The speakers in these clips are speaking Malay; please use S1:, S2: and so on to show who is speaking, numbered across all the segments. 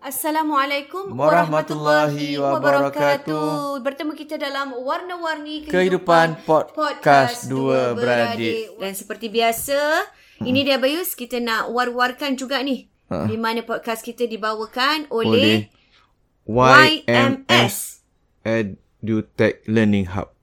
S1: Assalamualaikum
S2: Warahmatullahi wabarakatuh.
S1: Bertemu kita dalam warna-warni
S2: Kehidupan Pod- Podcast Dua Beradik.
S1: Dan seperti biasa, ini dia Bayus kita nak war-warkan juga ni.
S2: Ha.
S1: Di mana podcast kita dibawakan oleh, YMS.
S2: EduTech Learning Hub.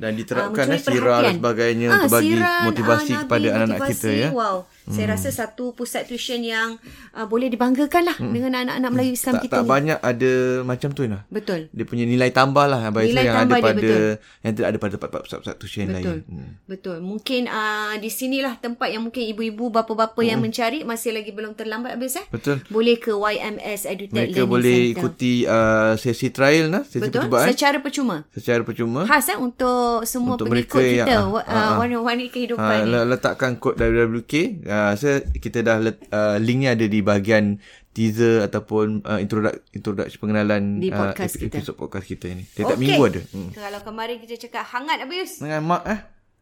S2: Dan
S1: ah,
S2: diterapkan,
S1: mencuri
S2: eh, sirah
S1: perhatian. Ah,
S2: dan sebagainya untuk bagi motivasi
S1: nabi,
S2: kepada anak-anak kita, ya.
S1: Wow, hmm. saya rasa satu pusat tuition yang uh, boleh dibanggakan lah hmm. dengan anak-anak Melayu Islam
S2: tak,
S1: kita
S2: tak
S1: ni.
S2: banyak ada macam tu lah.
S1: Betul.
S2: Dia punya nilai tambah lah Abang
S1: Nilai
S2: Nilai yang
S1: tambah
S2: ada
S1: dia,
S2: pada
S1: betul.
S2: yang tidak ada pada tempat-tempat pusat-pusat tuition
S1: Betul.
S2: lain.
S1: Hmm. Betul. Mungkin uh, di sinilah tempat yang mungkin ibu-ibu, bapa-bapa hmm. yang mencari masih lagi belum terlambat habis eh.
S2: Betul.
S1: Boleh ke YMS Edutech
S2: Mereka
S1: Learning
S2: boleh
S1: Centre.
S2: ikuti uh, sesi trial lah, sesi
S1: ya. Betul.
S2: percubaan
S1: Secara percuma.
S2: secara percuma.
S1: Khas eh untuk semua
S2: Untuk
S1: pengikut
S2: mereka
S1: kita
S2: yang-
S1: wa-
S2: ah,
S1: uh,
S2: ah.
S1: warna-warni kehidupan
S2: Ha,
S1: ni.
S2: le- letakkan kod WWK. Uh, saya kita dah let, uh, linknya ada di bahagian teaser ataupun uh, introduc introduction pengenalan
S1: Di
S2: ah,
S1: podcast
S2: epi-
S1: kita.
S2: episod podcast kita ini. Setiap
S1: Okey.
S2: minggu ada. Hmm.
S1: Kalau kemarin kita cakap hangat habis
S2: Dengan mak eh,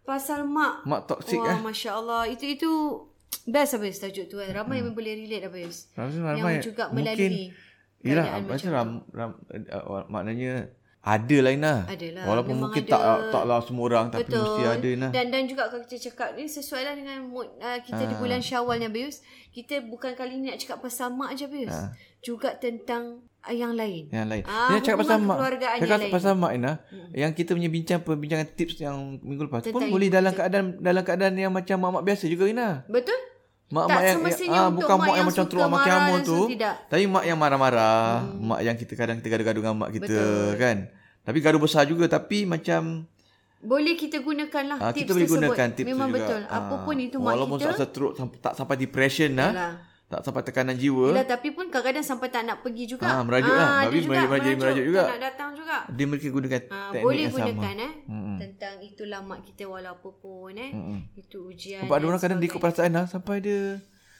S1: pasal mak
S2: mak toksik
S1: Wah,
S2: eh.
S1: Masya Allah. Itu itu best Abayus tajuk tu kan. Ramai yang boleh relate Abayus.
S2: Ramai
S1: Yang juga melalui.
S2: Yelah,
S1: keadaan
S2: macam ram, ram, uh, maknanya ada lain lah.
S1: Adalah,
S2: Walaupun
S1: memang
S2: mungkin
S1: ada.
S2: tak taklah semua orang tapi mesti ada lah.
S1: Dan dan juga kalau kita cakap ni sesuai lah dengan mood uh, kita
S2: Ah.
S1: di bulan Syawal ni Abayus. Kita bukan kali ni nak cakap pasal mak je Abayus.
S2: Ah.
S1: Juga tentang uh, yang lain.
S2: Yang lain.
S1: Ah,
S2: Dia cakap pasal
S1: hubungan
S2: mak.
S1: kekeluargaan
S2: Cakap
S1: yang lain. Hmm.
S2: pasal mak Ina, yang kita punya bincang perbincangan tips yang minggu lepas pun
S1: Tentang
S2: boleh dalam keadaan dalam keadaan yang macam mak-mak biasa juga Ina.
S1: Betul?
S2: Mak-mak
S1: Tak
S2: yang,
S1: semestinya
S2: ah,
S1: untuk
S2: bukan
S1: mak
S2: mak yang
S1: yang
S2: macam
S1: suka
S2: teruk makin
S1: marah
S2: amor
S1: dan
S2: tu.
S1: tidak.
S2: Tapi mak yang marah-marah, mak yang kita kadang kita gaduh-gaduh dengan mak kita
S1: Betul.
S2: kan. Tapi gaduh besar juga tapi macam
S1: Boleh kita gunakan lah
S2: Ah,
S1: tips
S2: kita boleh
S1: tersebut.
S2: gunakan tips
S1: Memang
S2: tu juga.
S1: betul.
S2: Ah,
S1: Apa pun itu mak
S2: walaupun
S1: kita.
S2: Walaupun teruk sam- tak sampai depression lah.
S1: Yalah.
S2: Tak sampai tekanan jiwa.
S1: Yelah, Lah, tapi pun kadang-kadang sampai tak nak pergi juga.
S2: Ah, merajuk lah.
S1: ada
S2: Babi
S1: juga
S2: merajuk- merajuk- merajuk juga.
S1: Tak nak datang juga.
S2: Dia mereka gunakan
S1: Ah,
S2: teknik
S1: boleh
S2: yang sama.
S1: gunakan eh hmm. tentang itulah mak kita walaupun pun eh hmm. itu ujian
S2: Sebab ada
S1: dan
S2: orang kadang dia ikut
S1: sebagainya.
S2: perasaan lah sampai dia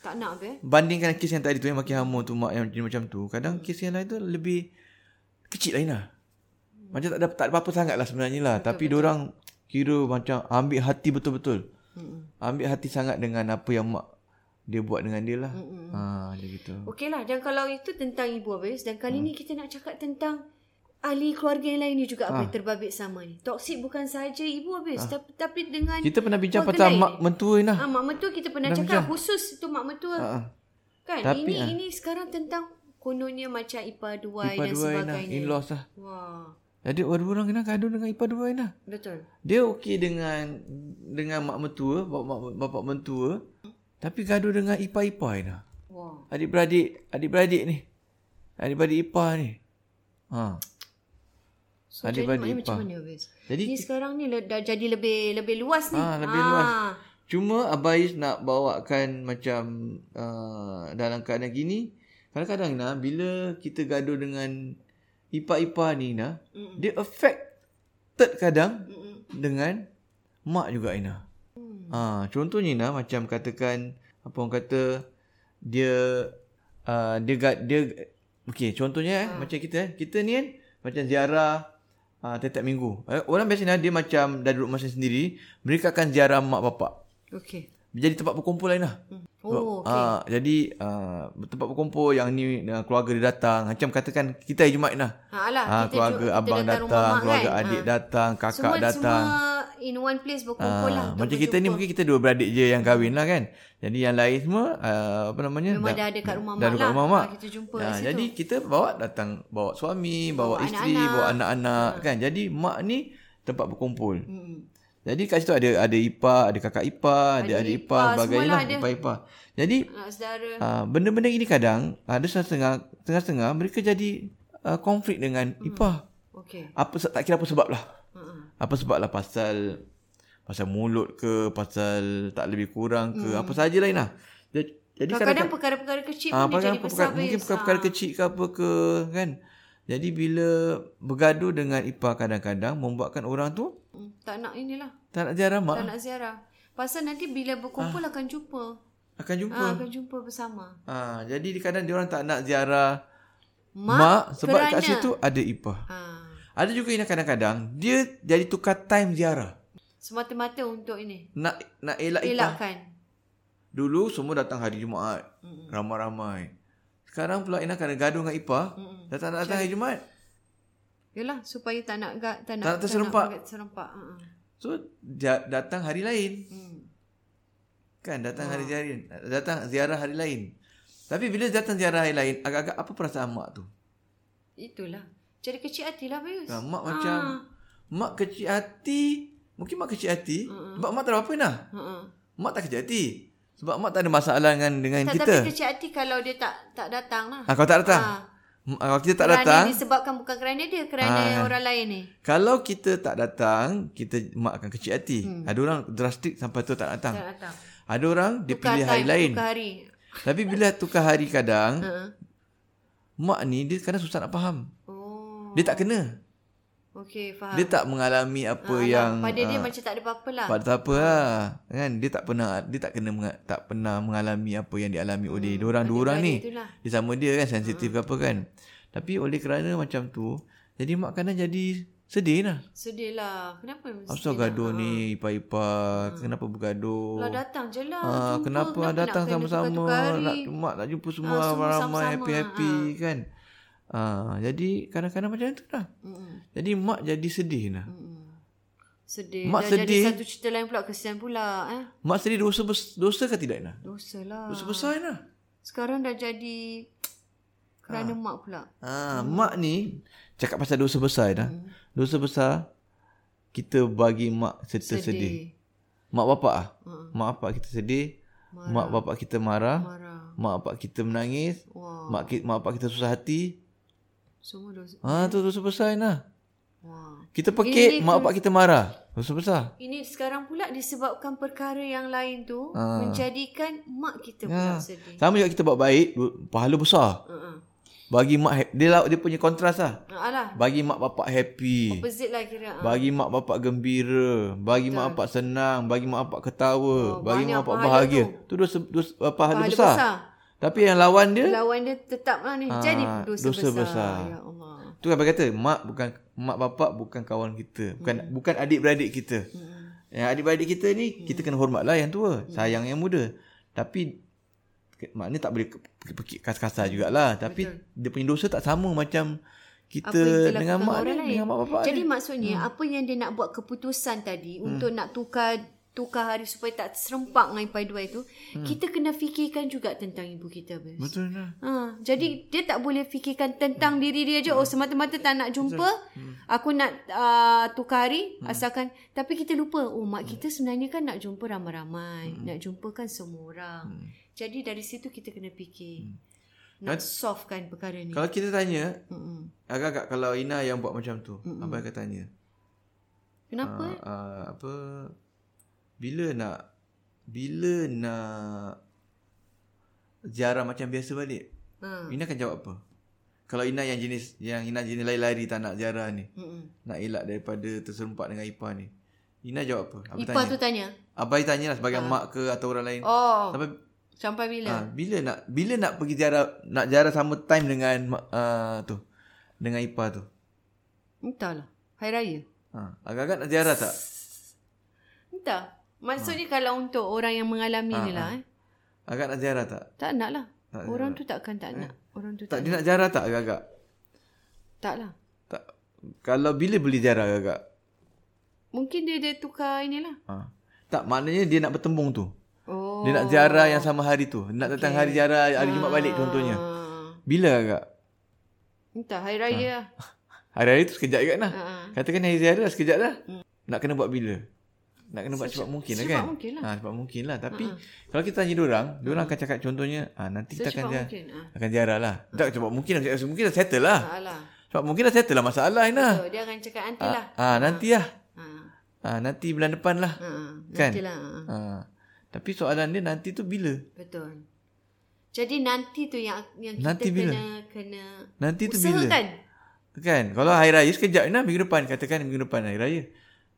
S1: tak nak be
S2: bandingkan kes yang tadi tu yang makin hama tu mak yang jadi macam tu. Kadang kes yang lain tu lebih kecil lain lah. Macam tak ada, tak ada apa-apa sangat lah sebenarnya lah. Tapi orang kira macam ambil hati betul-betul.
S1: Mm-mm.
S2: Ambil hati sangat dengan apa yang mak dia buat dengan dia lah. Ha, dia gitu. Mm.
S1: Okey lah dan kalau itu tentang ibu habis dan kali ni kita nak cakap tentang ahli keluarga yang lain ni juga ha. apa
S2: Ah.
S1: terbabit sama ni. Toksik bukan saja ibu habis ha. tapi, tapi dengan
S2: Kita pernah bincang
S1: keluarga
S2: pasal
S1: lain
S2: mak
S1: ni.
S2: mentua ni lah.
S1: Ah, mak mentua kita pernah
S2: Dah
S1: cakap
S2: bincang.
S1: khusus tu mak mentua.
S2: Ha.
S1: Kan
S2: Tapi,
S1: ini
S2: ah.
S1: ini sekarang tentang kononnya macam ipar duai
S2: Ipar
S1: dan
S2: dua Aina.
S1: sebagainya.
S2: In-laws lah.
S1: Wah,
S2: Ada orang-orang kena gaduh dengan ipar dua Aina.
S1: betul.
S2: Dia okey dengan dengan mak mentua, bapak, bapak mentua. Tapi gaduh dengan ipar-ipar lah. Aina.
S1: Wah.
S2: Adik-beradik, adik-beradik ni. Adik-beradik ipar ni. Ha.
S1: So, jadi
S2: Adik-beradik
S1: maknanya macam
S2: ipar.
S1: mana habis?
S2: Jadi
S1: Ni sekarang ni le- dah jadi lebih lebih luas ni.
S2: Ah, lebih luas. Cuma Abayis nak bawakan macam uh, dalam keadaan gini, kadang-kadang nah bila kita gaduh dengan ipar-ipar ni nah,
S1: Mm-mm.
S2: dia affected kadang
S1: Mm-mm.
S2: dengan mak juga Ina.
S1: Hmm.
S2: Ha, contohnya Ina macam katakan apa orang kata dia uh, dia gad, dia okey contohnya eh,
S1: Ha.
S2: macam kita eh, kita ni kan macam ziarah uh, tiap-tiap minggu. Eh, orang biasanya dia macam dah duduk masa sendiri, mereka akan ziarah mak bapak.
S1: Okey.
S2: Jadi tempat berkumpul lain lah.
S1: Oh, okey.
S2: Ah, jadi uh, tempat berkumpul yang ni uh, keluarga dia datang. Macam katakan kita hari Jumaat lah.
S1: Ha, alah,
S2: Ah,
S1: kita
S2: keluarga
S1: ju- kita
S2: abang
S1: datang
S2: datang,
S1: rumah mak
S2: keluarga
S1: kan?
S2: adik
S1: Ah.
S2: datang, kakak
S1: semua,
S2: datang.
S1: Semua in one place berkumpul lah.
S2: Ah,
S1: untuk
S2: macam kita ni
S1: berjumpa.
S2: mungkin kita dua beradik je yang kahwin lah kan. Jadi yang lain semua uh, apa namanya?
S1: Memang dah ada kat rumah
S2: dah
S1: mak
S2: ada kat
S1: lah.
S2: rumah mak.
S1: Ah, kita jumpa
S2: Ah,
S1: kat situ.
S2: jadi kita bawa datang bawa suami, bawa,
S1: Bawa
S2: isteri,
S1: anak-anak. Ah.
S2: bawa anak-anak kan. Jadi mak ni tempat berkumpul.
S1: Mm-mm.
S2: Jadi kat situ ada ada ipar, ada kakak ipar, ada
S1: ipar,
S2: adik ipar, sebagainya
S1: semualah
S2: lah,
S1: ada.
S2: ipar-ipar. Jadi
S1: Anak saudara.
S2: Uh, benda-benda ini kadang ada setengah setengah mereka jadi uh, konflik dengan
S1: Hmm.
S2: ipar.
S1: Okey. Ah,
S2: Apa se- tak kira apa sebab lah.
S1: Ha-ha.
S2: Apa sebab lah pasal pasal mulut ke, pasal tak lebih kurang ke,
S1: Hmm.
S2: apa sajalah Ina. Jadi jadi
S1: Kadang-kadang perkara-perkara kecil
S2: Ah,
S1: pun dia jadi
S2: perkara,
S1: besar.
S2: perkara, mungkin perkara-perkara kecil ke apa ke kan. Jadi bila bergaduh dengan ipar kadang-kadang membuatkan orang tu
S1: Hmm, Tak nak inilah.
S2: tak nak ziarah
S1: Tak
S2: mak
S1: nak ziarah. Pasal nanti bila berkumpul
S2: Ah.
S1: akan jumpa.
S2: akan jumpa.
S1: Ha, akan jumpa bersama.
S2: Ah, jadi kadang dia orang tak nak ziarah
S1: Mak,
S2: mak, sebab kat
S1: kerana-
S2: situ ada ipar.
S1: Ha.
S2: Ada juga yang kadang-kadang dia jadi tukar time ziarah.
S1: Semata-mata untuk ini.
S2: Nak nak elak ipar.
S1: Elakkan. Hmm,
S2: Dulu semua datang hari Jumaat. Ramai-ramai. Sekarang pula Ina kena gaduh dengan ipar.
S1: Mm-mm.
S2: Dah tak nak datang hari Jumaat.
S1: Yalah, supaya tak nak gak, tak nak,
S2: Tak nak terserempak.
S1: Tak nak terserempak. Ha-ha.
S2: So dia datang hari lain.
S1: ha. Hmm.
S2: Kan
S1: Ah.
S2: datang hari ziarah. Datang ziarah hari lain. Tapi bila datang ziarah hari lain, agak-agak apa perasaan mak tu?
S1: Itulah. Jadi kecil lah, hatilah Bayus.
S2: Kan, mak macam mak kecil hati. Mungkin mak kecil hati. Sebab mak tak ada apa-apa Ina.
S1: Ha-ha.
S2: Mak tak kecil hati. Sebab mak tak ada masalah dengan dengan
S1: Tak,
S2: kita.
S1: tapi kecil hati kalau dia tak tak datang lah.
S2: Ah, kalau tak datang.
S1: Ah.
S2: M- Kalau kita tak
S1: kerana
S2: datang, Ha.
S1: disebabkan bukan kerana dia, kerana orang lain ni.
S2: kalau kita tak datang, kita mak akan kecil hati. Hmm. Ada orang drastik sampai tu tak datang.
S1: Tak datang.
S2: Ada orang Ha. dia
S1: Tukar
S2: pilih hari
S1: time,
S2: lain.
S1: Tukar hari.
S2: Tapi bila tukar hari kadang,
S1: Ha.
S2: mak ni dia kadang susah nak faham.
S1: Oh.
S2: Dia tak kena.
S1: Okey, faham.
S2: Dia tak mengalami apa
S1: Alah,
S2: yang
S1: pada
S2: ah,
S1: Ah. dia macam tak ada apa-apa lah.
S2: pada apa lah. Kan dia tak pernah dia tak kena menga- tak pernah mengalami apa yang dialami oleh hmm. orang dua orang ni.
S1: itulah.
S2: Dia sama dia kan
S1: Hmm.
S2: sensitif ke apa kan. Tapi oleh kerana macam tu, jadi mak kadang jadi sedih lah.
S1: Sedih lah. Kenapa mesti
S2: Pasal gaduh ni Ipar-ipar Kenapa bergaduh
S1: Kalau datang je lah.
S2: ah,
S1: jumpa.
S2: Kenapa datang
S1: nak kena
S2: sama-sama
S1: tukar-tukar hari?
S2: Nak mak nak jumpa semua
S1: Ah, semua
S2: Ramai-ramai
S1: sama-sama, ah.
S2: happy-happy kan ah, Jadi kadang-kadang macam tu lah
S1: Mm-mm.
S2: Jadi mak jadi sedih lah
S1: Mm-mm. Sedih.
S2: Mak
S1: Dah
S2: sedih.
S1: jadi satu cerita lain pula. Kesian pula. Eh?
S2: Mak sedih dosa, bes- dosa ke tidak lah
S1: Dosa lah.
S2: Dosa besar lah
S1: Sekarang dah jadi kerana mak pula.
S2: ah, Mak ni Cakap pasal dosa besar dah
S1: Hmm.
S2: Dosa besar Kita bagi mak serta sedih, sedih.
S1: Sedih.
S2: Mak bapak ah.
S1: Mm.
S2: Mak bapak kita sedih Mak bapak kita marah
S1: Marah.
S2: Mak bapak kita menangis
S1: Wah.
S2: Mak, ki- mak bapak kita susah hati.
S1: Semua dosa.
S2: Ha tu dosa besar Aina.
S1: Wah.
S2: Kita pekik, mak bapak kita marah. Dosa besar.
S1: Ini sekarang pula disebabkan perkara yang lain tu
S2: Ah.
S1: menjadikan mak kita pula sedih.
S2: Sama juga kita buat baik, du- pahala besar.
S1: Uh-uh.
S2: Bagi mak ha- dia lah, dia punya kontras lah.
S1: Alah,
S2: Bagi mak bapak happy.
S1: opposite lah kira. Ah.
S2: Bagi mak bapak gembira, bagi mak bapak senang, bagi mak bapak ketawa, bagi mak bapak bahagia. Oh, Tu dosa, dosa uh, pahala, pahala
S1: besar.
S2: besar. besar. Tapi yang lawan dia
S1: Lawan dia tetap lah ni. jadi dosa,
S2: Ah, dosa
S1: besar.
S2: besar.
S1: Ya Allah.
S2: Tu kan kata mak bukan mak bapak bukan kawan kita, bukan hmm. bukan adik-beradik kita. Hmm. Yang adik-beradik kita ni hmm. kita kena hormatlah yang tua, hmm. sayang yang muda. Tapi ke- maknanya tak boleh ke- pekik kasar-kasar jugalah, tapi Betul. dia punya dosa tak sama macam
S1: Apa
S2: kita,
S1: yang kita
S2: dengan
S1: lakukan
S2: mak
S1: orang
S2: ni,
S1: lain.
S2: dengan mak bapak
S1: Jadi
S2: ni.
S1: maksudnya hmm. apa yang dia nak buat keputusan tadi hmm. untuk nak tukar tukar hari supaya tak serempak dengan paduai tu, hmm. kita kena fikirkan juga tentang ibu kita. Bes.
S2: Betul lah.
S1: Ha, jadi dia tak boleh fikirkan tentang diri dia je. Oh semata-mata tak nak jumpa. Aku nak uh, tukar hari asalkan tapi kita lupa oh mak kita sebenarnya kan nak jumpa ramai-ramai, nak jumpa kan semua orang. Jadi dari situ kita kena fikir. Nak solvekan perkara ni. Hmm.
S2: Kalau kita tanya,
S1: Mm-mm.
S2: agak-agak kalau Ina yang buat macam tu,
S1: Hmm,
S2: mm abang akan tanya.
S1: Kenapa?
S2: Ah, ah, apa bila nak bila nak ziarah macam biasa balik?
S1: Ha.
S2: Ina akan jawab apa? Kalau Ina yang jenis yang Ina jenis lari-lari tak nak ziarah ni,
S1: Mm-mm.
S2: nak elak daripada terserempak dengan Ipa ni. Ina jawab apa? Abang
S1: Ipah
S2: tanya.
S1: tu tanya.
S2: Abai tanyalah sebagai mak ke atau orang lain.
S1: Oh,
S2: Sampai
S1: sampai bila?
S2: Ha, bila nak bila nak pergi ziarah nak ziarah sama time dengan mak- uh, tu dengan Ipa tu.
S1: Entahlah. Hari Raya.
S2: Ha, agak-agak nak ziarah tak?
S1: Entah. Maksudnya
S2: Ah.
S1: kalau untuk orang yang mengalami ni lah eh.
S2: Agak nak ziarah Ah, tak? Eh,
S1: Tak nak lah. Orang tu takkan tak nak. Orang tu tak
S2: Tak dia nak ziarah tak agak-agak?
S1: tak lah.
S2: Tak. Kalau bila boleh ziarah agak-agak?
S1: Mungkin dia dia tukar inilah.
S2: Ha. Tak maknanya dia nak bertembung tu.
S1: Oh. Ah.
S2: Dia nak ziarah yang sama hari tu. Nak datang hari ziarah hari Jumaat balik contohnya.
S1: Ha.
S2: Bila agak?
S1: Entah hari
S2: Ah.
S1: raya. lah.
S2: Hari-hari tu sekejap agak lah.
S1: Ha.
S2: Katakan hari ziarah sekejap lah.
S1: Hmm.
S2: Nak kena buat bila? Nak kena buat secepat mungkin lah
S1: secepat
S2: kan?
S1: mungkin lah. Hmm.
S2: Ha, cepat mungkin lah. Tapi kalau kita tanya diorang, diorang akan cakap contohnya, ha, nanti kita akan
S1: Secepat
S2: ziarah.
S1: mungkin. Ha.
S2: Akan ziarah lah. Tak cepat mungkin, nak cakap mungkin dah settle lah.
S1: Tak lah.
S2: Cepat mungkin dah settle lah masalah Ina.
S1: So, dia akan cakap nanti lah.
S2: Ha, nanti lah.
S1: Ha.
S2: Ha, nanti bulan depan lah.
S1: Ha.
S2: Kan?
S1: Nanti lah. Ha.
S2: Ha. Tapi soalan dia nanti tu bila?
S1: Betul. Jadi nanti tu yang yang kita
S2: Nanti bila?
S1: kena kena
S2: Nanti tu bila?
S1: usahakan.
S2: Kan? Kalau hari raya sekejap Ina minggu depan. Katakan minggu depan hari raya.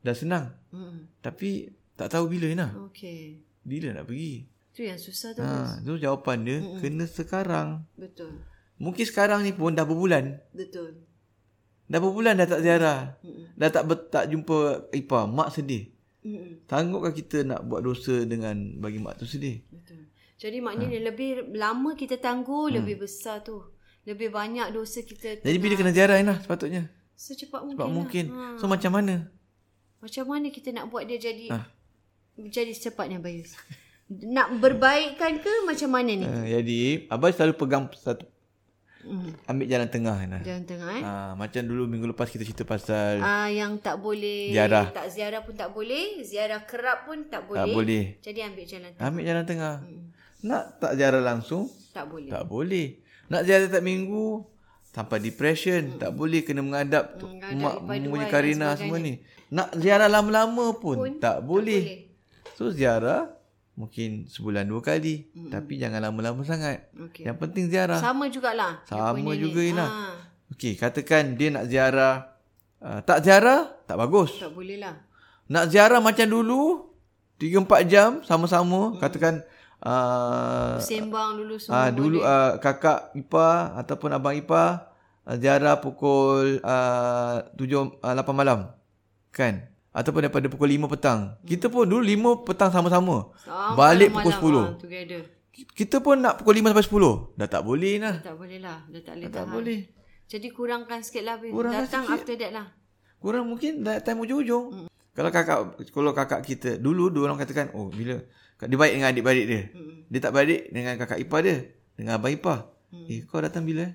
S2: Dah senang.
S1: Hmm.
S2: Tapi tak tahu bila Ina.
S1: Okey.
S2: Bila nak pergi?
S1: Tu yang susah tu.
S2: Ha, tu jawapan dia kena sekarang.
S1: Betul.
S2: Mungkin sekarang ni pun dah berbulan.
S1: Betul.
S2: Dah berbulan dah tak ziarah. Dah tak ber, tak jumpa Ipa. Mak sedih.
S1: Mm-mm.
S2: Tanggupkah kita nak buat dosa dengan bagi mak tu sedih?
S1: Betul. Jadi maknanya
S2: Ah.
S1: ha. lebih lama kita tangguh hmm. lebih besar tu. Lebih banyak dosa kita
S2: Jadi bila kena ziarah Ina sepatutnya?
S1: secepat mungkin.
S2: Sebab
S1: lah.
S2: mungkin.
S1: Ha.
S2: So macam mana?
S1: Macam mana kita nak buat dia jadi
S2: Ah.
S1: ha. jadi secepatnya Bayus? nak berbaikkan ke macam mana ni?
S2: Ha, jadi abang selalu pegang satu
S1: Hmm.
S2: ambil jalan tengah Ina.
S1: Jalan tengah eh.
S2: Ha, macam dulu minggu lepas kita cerita pasal
S1: Ah yang tak boleh
S2: Ziarah.
S1: tak ziarah pun tak boleh, ziarah kerap pun tak boleh. Mm.
S2: tak boleh.
S1: Jadi ambil jalan tengah.
S2: Ambil jalan tengah. Nak tak ziarah langsung
S1: Tak boleh.
S2: tak boleh. Nak ziarah tak minggu tanpa depression tak boleh kena menghadap tu,
S1: Hmm. menghadap
S2: mak
S1: ibadat
S2: memuji
S1: dan
S2: Karina semua ni. Nak ziarah lama-lama pun,
S1: Pun
S2: tak boleh.
S1: Boleh. Hmm.
S2: So ziarah mungkin sebulan dua kali tapi jangan lama-lama sangat.
S1: Okey.
S2: Yang penting ziarah.
S1: Sama jugalah. Ya.
S2: Sama lah.
S1: Dia punya
S2: juga,
S1: ni.
S2: Ina.
S1: Ah,
S2: Okey, katakan dia nak ziarah uh, tak ziarah tak bagus.
S1: tak boleh lah.
S2: Nak ziarah macam dulu 3-4 jam
S1: Hmm.
S2: sama-sama katakan uh,
S1: Sembang dulu semua.
S2: uh, dulu uh, kakak Ipa ataupun abang Ipa uh, ziarah pukul uh, 7 uh, 8 malam kan ataupun daripada pukul 5 petang. Kita pun dulu 5 petang sama-sama.
S1: Sampai
S2: balik
S1: malam,
S2: pukul
S1: ah, together.
S2: Kita pun nak pukul 5 sampai 10. Dah tak boleh lah.
S1: Tak boleh lah. Dah tak boleh
S2: Tak
S1: tahan.
S2: boleh.
S1: Jadi kurangkan sikit lah. Bil.
S2: Kurangkan
S1: Datang
S2: sikit.
S1: after that lah.
S2: Kurang mungkin dah time
S1: Mm.
S2: hujung-hujung. Hmm. Kalau kakak kalau kakak kita dulu dua orang katakan oh bila dia baik dengan adik-beradik dia. Hmm. Dia tak beradik dengan kakak ipar dia, dengan abang ipar. Hmm. Eh kau datang bila?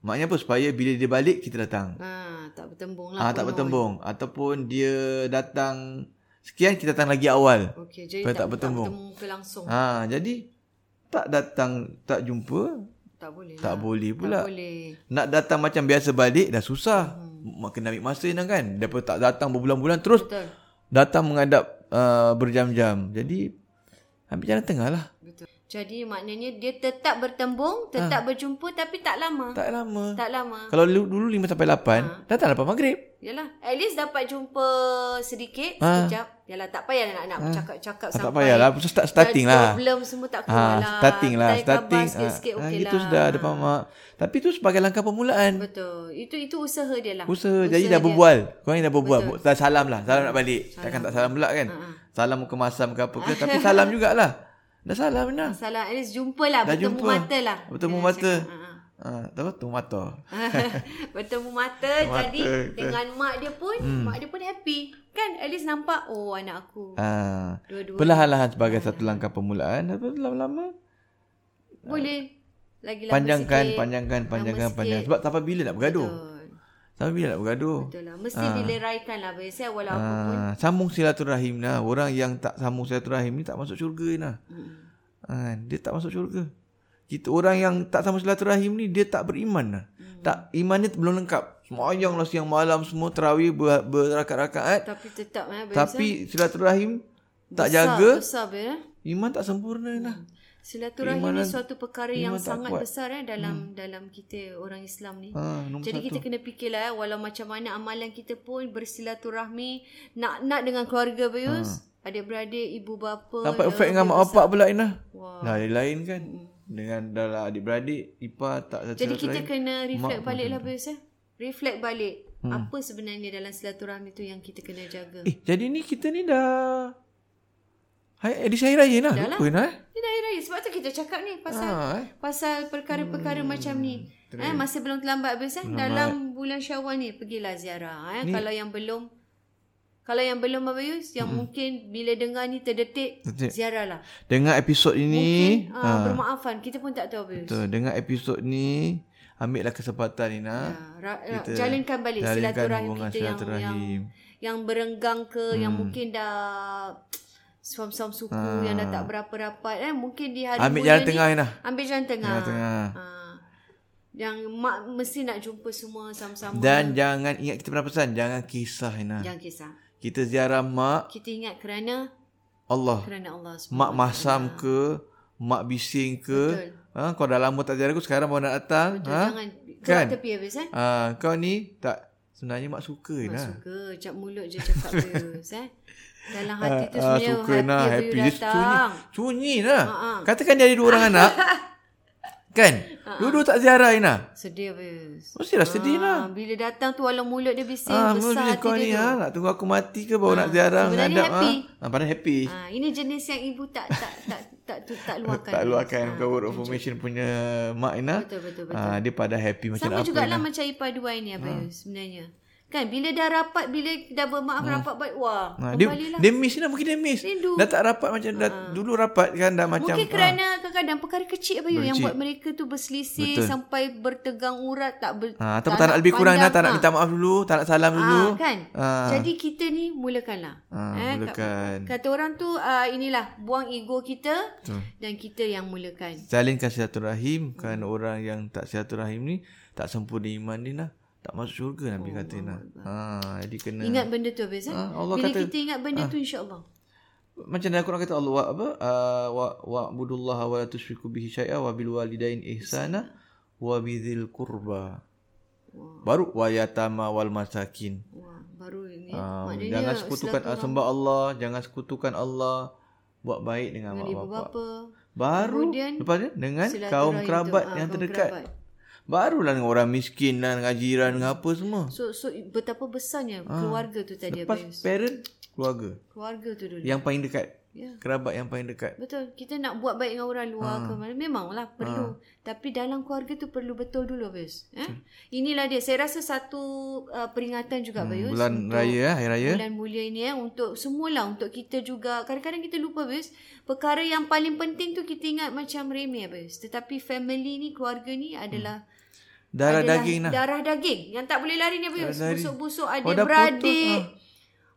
S2: Maknanya apa supaya bila dia balik kita datang.
S1: Ha, tak bertembung lah.
S2: Ah ha, tak bertembung ataupun dia datang sekian kita datang lagi awal.
S1: Okey, jadi
S2: Supaya
S1: tak,
S2: tak
S1: tak bertemu
S2: bertembung.
S1: ke langsung. Ha.
S2: Ah ha, jadi tak datang tak jumpa
S1: Tak boleh lah.
S2: tak boleh pula.
S1: Tak boleh.
S2: Nak datang macam biasa balik dah susah. Hmm. Kena ambil masa ni kan. Daripada tak datang berbulan-bulan terus
S1: Betul.
S2: datang menghadap uh, berjam-jam. Jadi ambil jalan tengah lah.
S1: Betul. Jadi maknanya dia tetap bertembung, tetap berjumpa tapi tak lama. Tak,
S2: Ah. Tak lama.
S1: tak lama.
S2: Kalau dulu, dulu 5 sampai 8, datang lepas maghrib.
S1: Yalah, at least dapat jumpa sedikit, sekejap. Yalah, tak payah nak, nak cakap-cakap
S2: Ah,
S1: sampai.
S2: tak payahlah, so start starting lah.
S1: Problem semua tak keluar
S2: Ha,
S1: lah.
S2: starting lah,
S1: Tanya
S2: starting.
S1: Khabar sikit-sikit
S2: ah, ah,
S1: okey
S2: gitu
S1: lah.
S2: sudah depan mak. Tapi tu sebagai langkah permulaan.
S1: Betul. Itu itu usaha dia lah.
S2: Usaha, jadi dah berbual. Kau ni dah berbual. Dah salam lah. Salam nak balik. Takkan tak salam pula kan.
S1: Ha,
S2: Salam muka masam ke apa ke. Tapi salam jugalah. Dah salam dah.
S1: Salah at least jumpa lah.
S2: Dah
S1: bertemu
S2: jumpa.
S1: mata lah.
S2: Bertemu mata.
S1: Ha, ha.
S2: Ha, tahu tu mata.
S1: bertemu mata,
S2: Mata,
S1: jadi
S2: betul. Hmm.
S1: dengan mak dia pun mak dia pun happy kan at least nampak oh anak aku
S2: Ha,
S1: dua-dua
S2: perlahan-lahan sebagai satu langkah permulaan. Lepas tu lama-lama
S1: boleh lagi lama
S2: Ah. panjangkan,
S1: sikit.
S2: panjangkan, panjangkan, panjangkan. Sebab sampai bila nak bergaduh?
S1: Betul.
S2: Sampai bila nak bergaduh?
S1: Betul lah. Mesti
S2: Ah.
S1: dileraikan lah bagi saya walaupun
S2: Ha, sambung silaturahim lah. Orang yang tak sambung silaturahim ni tak masuk syurga lah. Ha, dia tak masuk syurga. Kita orang yang tak sambung silaturahim ni dia tak beriman lah.
S1: Hmm.
S2: Tak iman dia belum lengkap. Semayang lah siang malam semua tarawih ber, berakat-rakaat.
S1: tapi tetap eh, bagi saya
S2: Tapi silaturahim tak
S1: besar,
S2: jaga.
S1: besar bagi eh.
S2: Iman tak sempurna lah.
S1: Silaturahim ni suatu perkara yang sangat besar eh
S2: Hmm.
S1: dalam dalam kita orang Islam ni.
S2: Ha, nombor
S1: Jadi kita kena fikirlah eh, walau macam mana amalan kita pun bersilaturahmi nak nak dengan keluarga Bayus, adik-beradik, ibu bapa.
S2: Sampai
S1: ya.
S2: efek dengan mak bapak pula Inah.
S1: Wah. Hmm.
S2: Dah lain kan. Dengan dalam adik-beradik, ipar tak satu
S1: Jadi kita kena reflect baliklah Bayus eh. Reflect balik apa sebenarnya dalam silaturahmi tu yang kita kena jaga.
S2: Eh, jadi ni kita ni dah Hai, edisi hari raya nah.
S1: lah.
S2: Lupa nah. eh.
S1: Ini dah hari raya sebab tu kita cakap ni pasal
S2: Ha, eh.
S1: pasal perkara-perkara hmm, macam ni. Eh masih belum terlambat habis eh dalam bulan Syawal ni pergilah ziarah eh kalau yang belum kalau yang belum Abayus yang mungkin bila dengar ni terdetik
S2: Terdetik.
S1: ziarahlah.
S2: Dengan episod ini,
S1: Mungkin uh, bermaafan kita pun tak tahu Abayus.
S2: Ah. betul, dengan episod ni ambillah kesempatan Ina.
S1: Ha, ra- ra- jalinkan balik Ya,
S2: jalinkan
S1: silaturahim
S2: hubungan
S1: kita yang, yang
S2: silaturahim. Hmm.
S1: yang berenggang ke yang mungkin dah suam-suam suku yang dah tak berapa rapat eh mungkin di hari
S2: Ah.
S1: mulia
S2: Ambil jalan
S1: ni-
S2: tengah Ina.
S1: Ambil jalan tengah.
S2: Jalan tengah.
S1: Ha. Yang mak mesti nak jumpa semua sama-sama.
S2: Dan jangan ingat kita pernah pesan, jangan kisah Ina.
S1: Jangan kisah.
S2: Kita ziarah mak
S1: Kita ingat kerana
S2: Allah.
S1: kerana Allah semua.
S2: Mak masam ke, mak bising ke. Ha, kau dah lama tak ziarah aku, sekarang baru nak datang.
S1: Betul,
S2: ha?
S1: jangan
S2: Kan?
S1: kan? tepi habis eh.
S2: Ah, kau ni tak sebenarnya mak suka
S1: Mak
S2: Ina.
S1: suka cap mulut je cakap terus eh. Dalam hati tu
S2: Ah,
S1: sebenarnya
S2: suka
S1: hati
S2: nah,
S1: nah,
S2: happy. Dia sunyi.
S1: datang. Ah,
S2: Sunyi lah. Katakan dia ada dua orang anak. Kan?
S1: Ah,
S2: Dua-dua tak ziarah Ina.
S1: Sedih habis.
S2: Mestilah sedih lah.
S1: Ha, bila datang tu walau mulut dia bising
S2: Ah,
S1: besar
S2: mesti
S1: hati
S2: kau
S1: dia
S2: ni
S1: tu. Ah,
S2: ha, nak tunggu aku mati ke baru nak ziarah
S1: sebenarnya
S2: mengadap
S1: happy.
S2: ha. Ah, padahal happy.
S1: Ha, ini jenis yang ibu tak tak tak tak tak, tak luahkan.
S2: tak luahkan
S1: Ah,
S2: bukan word of formation punya mak Ina.
S1: Betul betul betul.
S2: Ah, dia pada happy macam
S1: Sama
S2: apa.
S1: juga lah macam Ipar Duai ni
S2: Ah.
S1: Abang ha. sebenarnya. Kan bila dah rapat, bila dah bermaaf rapat baik, wah
S2: Ah, dia,
S1: kembali lah.
S2: dia miss Ina, mungkin dia miss.
S1: Rindu. Ah,
S2: Dah tak rapat macam dah, dulu rapat kan dah macam
S1: Mungkin kerana kadang-kadang perkara kecil Abang yang
S2: Kecil.
S1: buat mereka tu berselisih
S2: Betul.
S1: sampai bertegang urat tak ber,
S2: ah, ataupun tak nak lebih kurang Ina, tak nak minta maaf dulu, tak nak salam dulu.
S1: lah. Ah, kan?
S2: Ah.
S1: Jadi kita ni mulakanlah. Eh,
S2: Ah, mulakan.
S1: Kat, kata orang tu ah, inilah buang ego kita dan kita yang mulakan.
S2: Jalinkan kan silaturahim kerana orang yang tak silaturahim ni tak sempurna iman dia lah. Tak masuk syurga Nabi kata nah. Ha, jadi kena
S1: Ingat benda tu Abang.
S2: Ah,
S1: Ha,
S2: Allah
S1: bila
S2: kata- ah.
S1: kita ingat benda tu insya-Allah.
S2: macam dalam Quran kata Allah wa apa uh, wa wa'budullaha wa la tusyriku bihi syai'a wa bil walidain ihsana wa bidzil qurba. Baru wa yatama wal masakin.
S1: Wah, baru ini Ya,
S2: Ah,
S1: maknanya
S2: jangan sekutukan ah, sembah Allah, jangan sekutukan Allah. Buat baik dengan, mak
S1: ibu
S2: bapak.
S1: bapa
S2: Baru
S1: Kemudian,
S2: lepas tu dengan
S1: silaturahim
S2: kaum
S1: tu,
S2: kerabat
S1: ah,
S2: yang
S1: kaum
S2: terdekat.
S1: kerabat.
S2: Barulah dengan orang miskin dan dengan jiran dengan apa semua.
S1: So so betapa besarnya
S2: Ah,
S1: keluarga tu tadi
S2: Lepas
S1: Abang.
S2: parent, keluarga.
S1: Keluarga tu dulu.
S2: Yang paling dekat.
S1: Ya.
S2: Kerabat yang paling dekat.
S1: Betul. Kita nak buat baik dengan orang
S2: Ah.
S1: luar ke mana memanglah perlu. Tapi dalam keluarga tu perlu betul dulu Abis. Eh? Inilah dia. Saya rasa satu uh, peringatan juga hmm, Bayus.
S2: Bulan raya, eh, hari raya.
S1: bulan mulia ini eh untuk semualah untuk kita juga kadang-kadang kita lupa bes perkara yang paling penting tu kita ingat macam remeh bes tetapi family ni keluarga ni adalah
S2: Hmm. Darah
S1: adalah
S2: daging lah.
S1: darah daging yang tak boleh lari ni bes
S2: Darah daging.
S1: busuk-busuk
S2: dah
S1: adik
S2: putus, ah. Hmm.
S1: beradik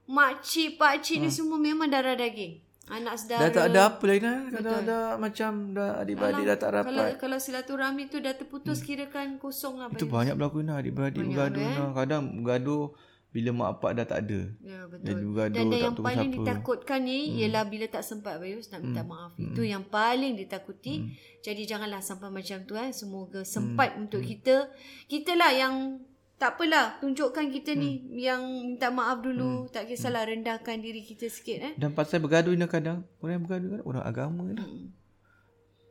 S1: mak cik pak cik ni semua memang darah daging anak
S2: Dah
S1: saudara
S2: tak ada apa lagi lah. dah. Dah, dah, dah macam dah adik-beradik dah tak
S1: kalau
S2: rapat. Hmm.
S1: kalau silaturahmi tu dah terputus kirakan kosong lah Bayus.
S2: Itu
S1: eh.
S2: banyak berlaku lah. Adik-beradik bergaduh lah. Kadang bergaduh bila mak bapak dah tak ada.
S1: Ya
S2: Jadi
S1: betul.
S2: bergaduh
S1: Dan, dan
S2: tak
S1: yang
S2: tahu
S1: paling
S2: siapa.
S1: ditakutkan ni hmm. ialah bila tak sempat Bayus nak minta hmm. maaf. Itu yang paling ditakuti. Hmm. Jadi janganlah sampai macam tu eh. Semoga sempat hmm. untuk kita kitalah yang tak apalah tunjukkan kita ni yang minta maaf dulu. Tak kisahlah rendahkan diri kita sikit eh.
S2: Dan pasal bergaduh ni kadang. Orang yang bergaduh kadang orang agama dah.
S1: Hmm.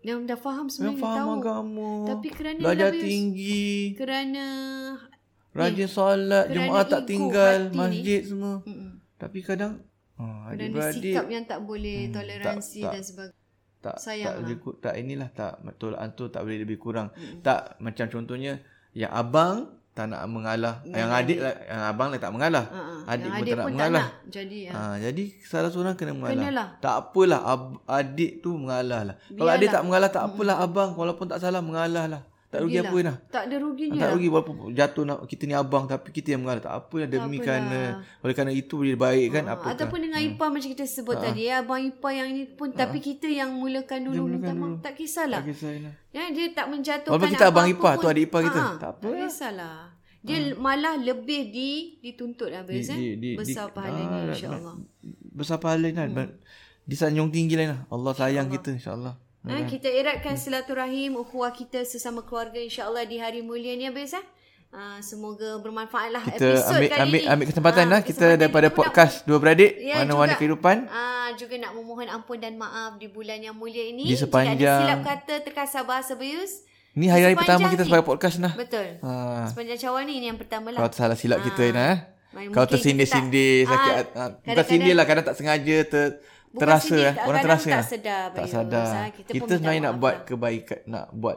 S1: Yang dah faham
S2: Yang
S1: sebenarnya
S2: faham
S1: tahu.
S2: agama.
S1: Tapi kerana
S2: Belajar
S1: Nabi-
S2: tinggi.
S1: Kerana
S2: Rajin solat,
S1: kerana
S2: Jumaat tak
S1: ego
S2: tinggal,
S1: hati ni.
S2: masjid semua.
S1: Mm-mm.
S2: Tapi kadang ha,
S1: hmm, kerana sikap
S2: adik-beradik
S1: yang Hmm, tak boleh toleransi
S2: tak.
S1: dan sebagainya.
S2: tak
S1: Sayang lah.
S2: tak lebih ku- tak inilah tak tolak tu tak boleh lebih kurang.
S1: Hmm.
S2: Tak macam contohnya yang abang tak nak mengalah, yang adik lah, yang abang lah tak mengalah.
S1: Ha,
S2: Adik
S1: yang
S2: pun
S1: adik
S2: tak nak
S1: pun
S2: mengalah.
S1: Tak nak. Jadi ha.
S2: Ha, jadi salah seorang kena mengalah.
S1: Kenalah.
S2: Tak apalah ab- adik tu mengalah lah. Kalau adik tak mengalah
S1: Hmm.
S2: tak apalah abang walaupun tak salah mengalah lah. Tak rugi apa dah.
S1: tak ada ruginya.
S2: Tak rugi walaupun jatuh nak, kita ni abang tapi kita yang mengalah. Tak apalah demi kerana oleh kerana itu dia baik kan apa.
S1: Ataupun dengan Ipah macam kita sebut tadi ya abang Ipah yang ini pun tapi kita Ha. yang mulakan dulu minta maaf tak kisahlah.
S2: Okay, saya.
S1: Ya dia tak menjatuhkan
S2: Walaupun kita abang
S1: apa-apa
S2: ipar
S1: pun.
S2: tu adik ipar kita.
S1: Ha,
S2: Tak apa. Ah.
S1: Tak kisahlah. Dia malah lebih di dituntut habis
S2: Di-
S1: eh.
S2: di- di-
S1: Besar
S2: di-
S1: pahalanya
S2: ah,
S1: insya-Allah.
S2: Besar pahala ni kan. Hmm. Disanjung tinggi lain lah. Allah sayang kita insyaAllah.
S1: Ha, kita eratkan silaturahim ukhuwah kita sesama keluarga insya-Allah di hari mulia ni habis eh. Ha, semoga bermanfaatlah
S2: Kita
S1: episod
S2: ambil,
S1: kali
S2: ambil,
S1: ni.
S2: ambil kesempatan
S1: Ah,
S2: lah. Kita daripada
S1: kita pun nak-
S2: podcast Dua Beradik.
S1: Ya,
S2: Warna-warna
S1: juga.
S2: kehidupan.
S1: Ah juga nak memohon ampun dan maaf di bulan yang mulia ini.
S2: Di
S1: Jika ada
S2: sepanjang-
S1: silap kata terkasar bahasa bius.
S2: Ni hari-hari
S1: Sepanjang
S2: pertama kita
S1: ni.
S2: sebagai podcast lah.
S1: Betul.
S2: Ha.
S1: Sepanjang cawan ni ini yang pertama
S2: Kalau
S1: lah.
S2: salah silap kita ni eh.
S1: Mungkin
S2: Kalau
S1: kita
S2: tersindir-sindir
S1: tak-
S2: sakit
S1: Ah,
S2: hati. ah, Bukan
S1: kadang-kadang-
S2: sindir lah kadang tak sengaja ter,
S1: Bukan
S2: terasa
S1: sindir,
S2: eh. Orang
S1: kadang-kadang
S2: terasa
S1: tak
S2: lah.
S1: sedar,
S2: Tak
S1: Bayus.
S2: sadar.
S1: Ah, kita
S2: Kita,
S1: pun minta
S2: sebenarnya nak
S1: maaf lah.
S2: buat kebaikan, nak buat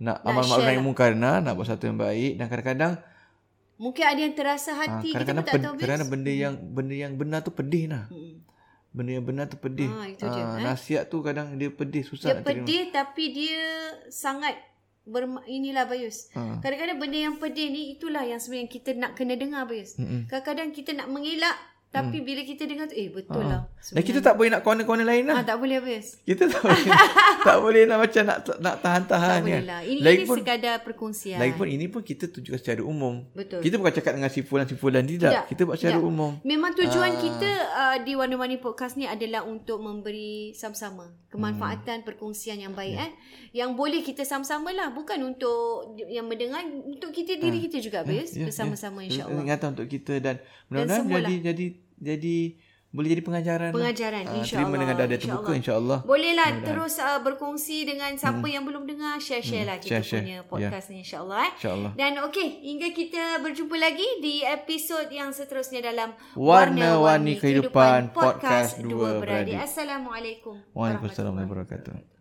S2: nak amal
S1: share lah.
S2: ma'ruf nahi munkar nah, nak buat satu yang baik dan kadang-kadang
S1: Mungkin ada yang terasa
S2: ah,
S1: hati kita pun
S2: kadang-kadang
S1: tak tahu
S2: pen-
S1: Hmm. bius.
S2: kadang-kadang benda yang benda yang benar tu pedih nah. Benda yang benar tu pedih.
S1: Ah, itu dia,
S2: Ah, nasihat tu kadang dia pedih susah
S1: Dia
S2: nak terima.
S1: pedih tapi dia sangat berma- inilah Bayus.
S2: Ah.
S1: Kadang-kadang benda yang pedih ni itulah yang sebenarnya kita nak kena dengar Bayus. Kadang-kadang kita nak mengelak
S2: Mm.
S1: tapi bila kita dengar tu eh betul lah.
S2: Dan kita tak boleh nak corner-corner lain lah.
S1: Ah tak boleh Bayus.
S2: Kita tak boleh tak boleh nak macam nak nak tahan-tahan
S1: Tak
S2: kan.
S1: boleh lah. ya. Ini, ini
S2: Lagipun
S1: sekadar perkongsian.
S2: Lagipun ini pun kita tunjukkan secara umum.
S1: Betul.
S2: Kita bukan cakap dengan si fulan si fulan tidak.
S1: Tidak,
S2: tidak. Kita buat secara
S1: tidak.
S2: tidak. umum.
S1: Memang tujuan
S2: Ah.
S1: kita uh, di Warna-Warni Podcast ni adalah untuk memberi sama-sama
S2: Hmm.
S1: kemanfaatan perkongsian yang baik
S2: Ya.
S1: eh. Yang boleh kita sama-sama lah. Bukan untuk yang mendengar, untuk kita
S2: Ah.
S1: diri kita juga
S2: Ya,
S1: Abis.
S2: Eh,
S1: Bersama-sama insyaAllah.
S2: Ingatan untuk kita dan mudah-mudahan jadi jadi jadi boleh jadi pengajaran. lah.
S1: Pengajaran
S2: Ah,
S1: insyaAllah.
S2: Terima dengan dada terbuka insya-Allah.
S1: Boleh lah terus uh, berkongsi dengan siapa yang belum dengar. Share-share lah kita
S2: Hmm. Share-share. Ya.
S1: punya podcast ni insyaAllah eh.
S2: Insya-Allah.
S1: Dan okey, hingga kita berjumpa lagi di episod yang seterusnya dalam
S2: Warna-Warni Kehidupan Podcast Dua
S1: Dua Beradik.
S2: Beradik.
S1: Assalamualaikum.
S2: Waalaikumsalam warahmatullahi wabarakatuh.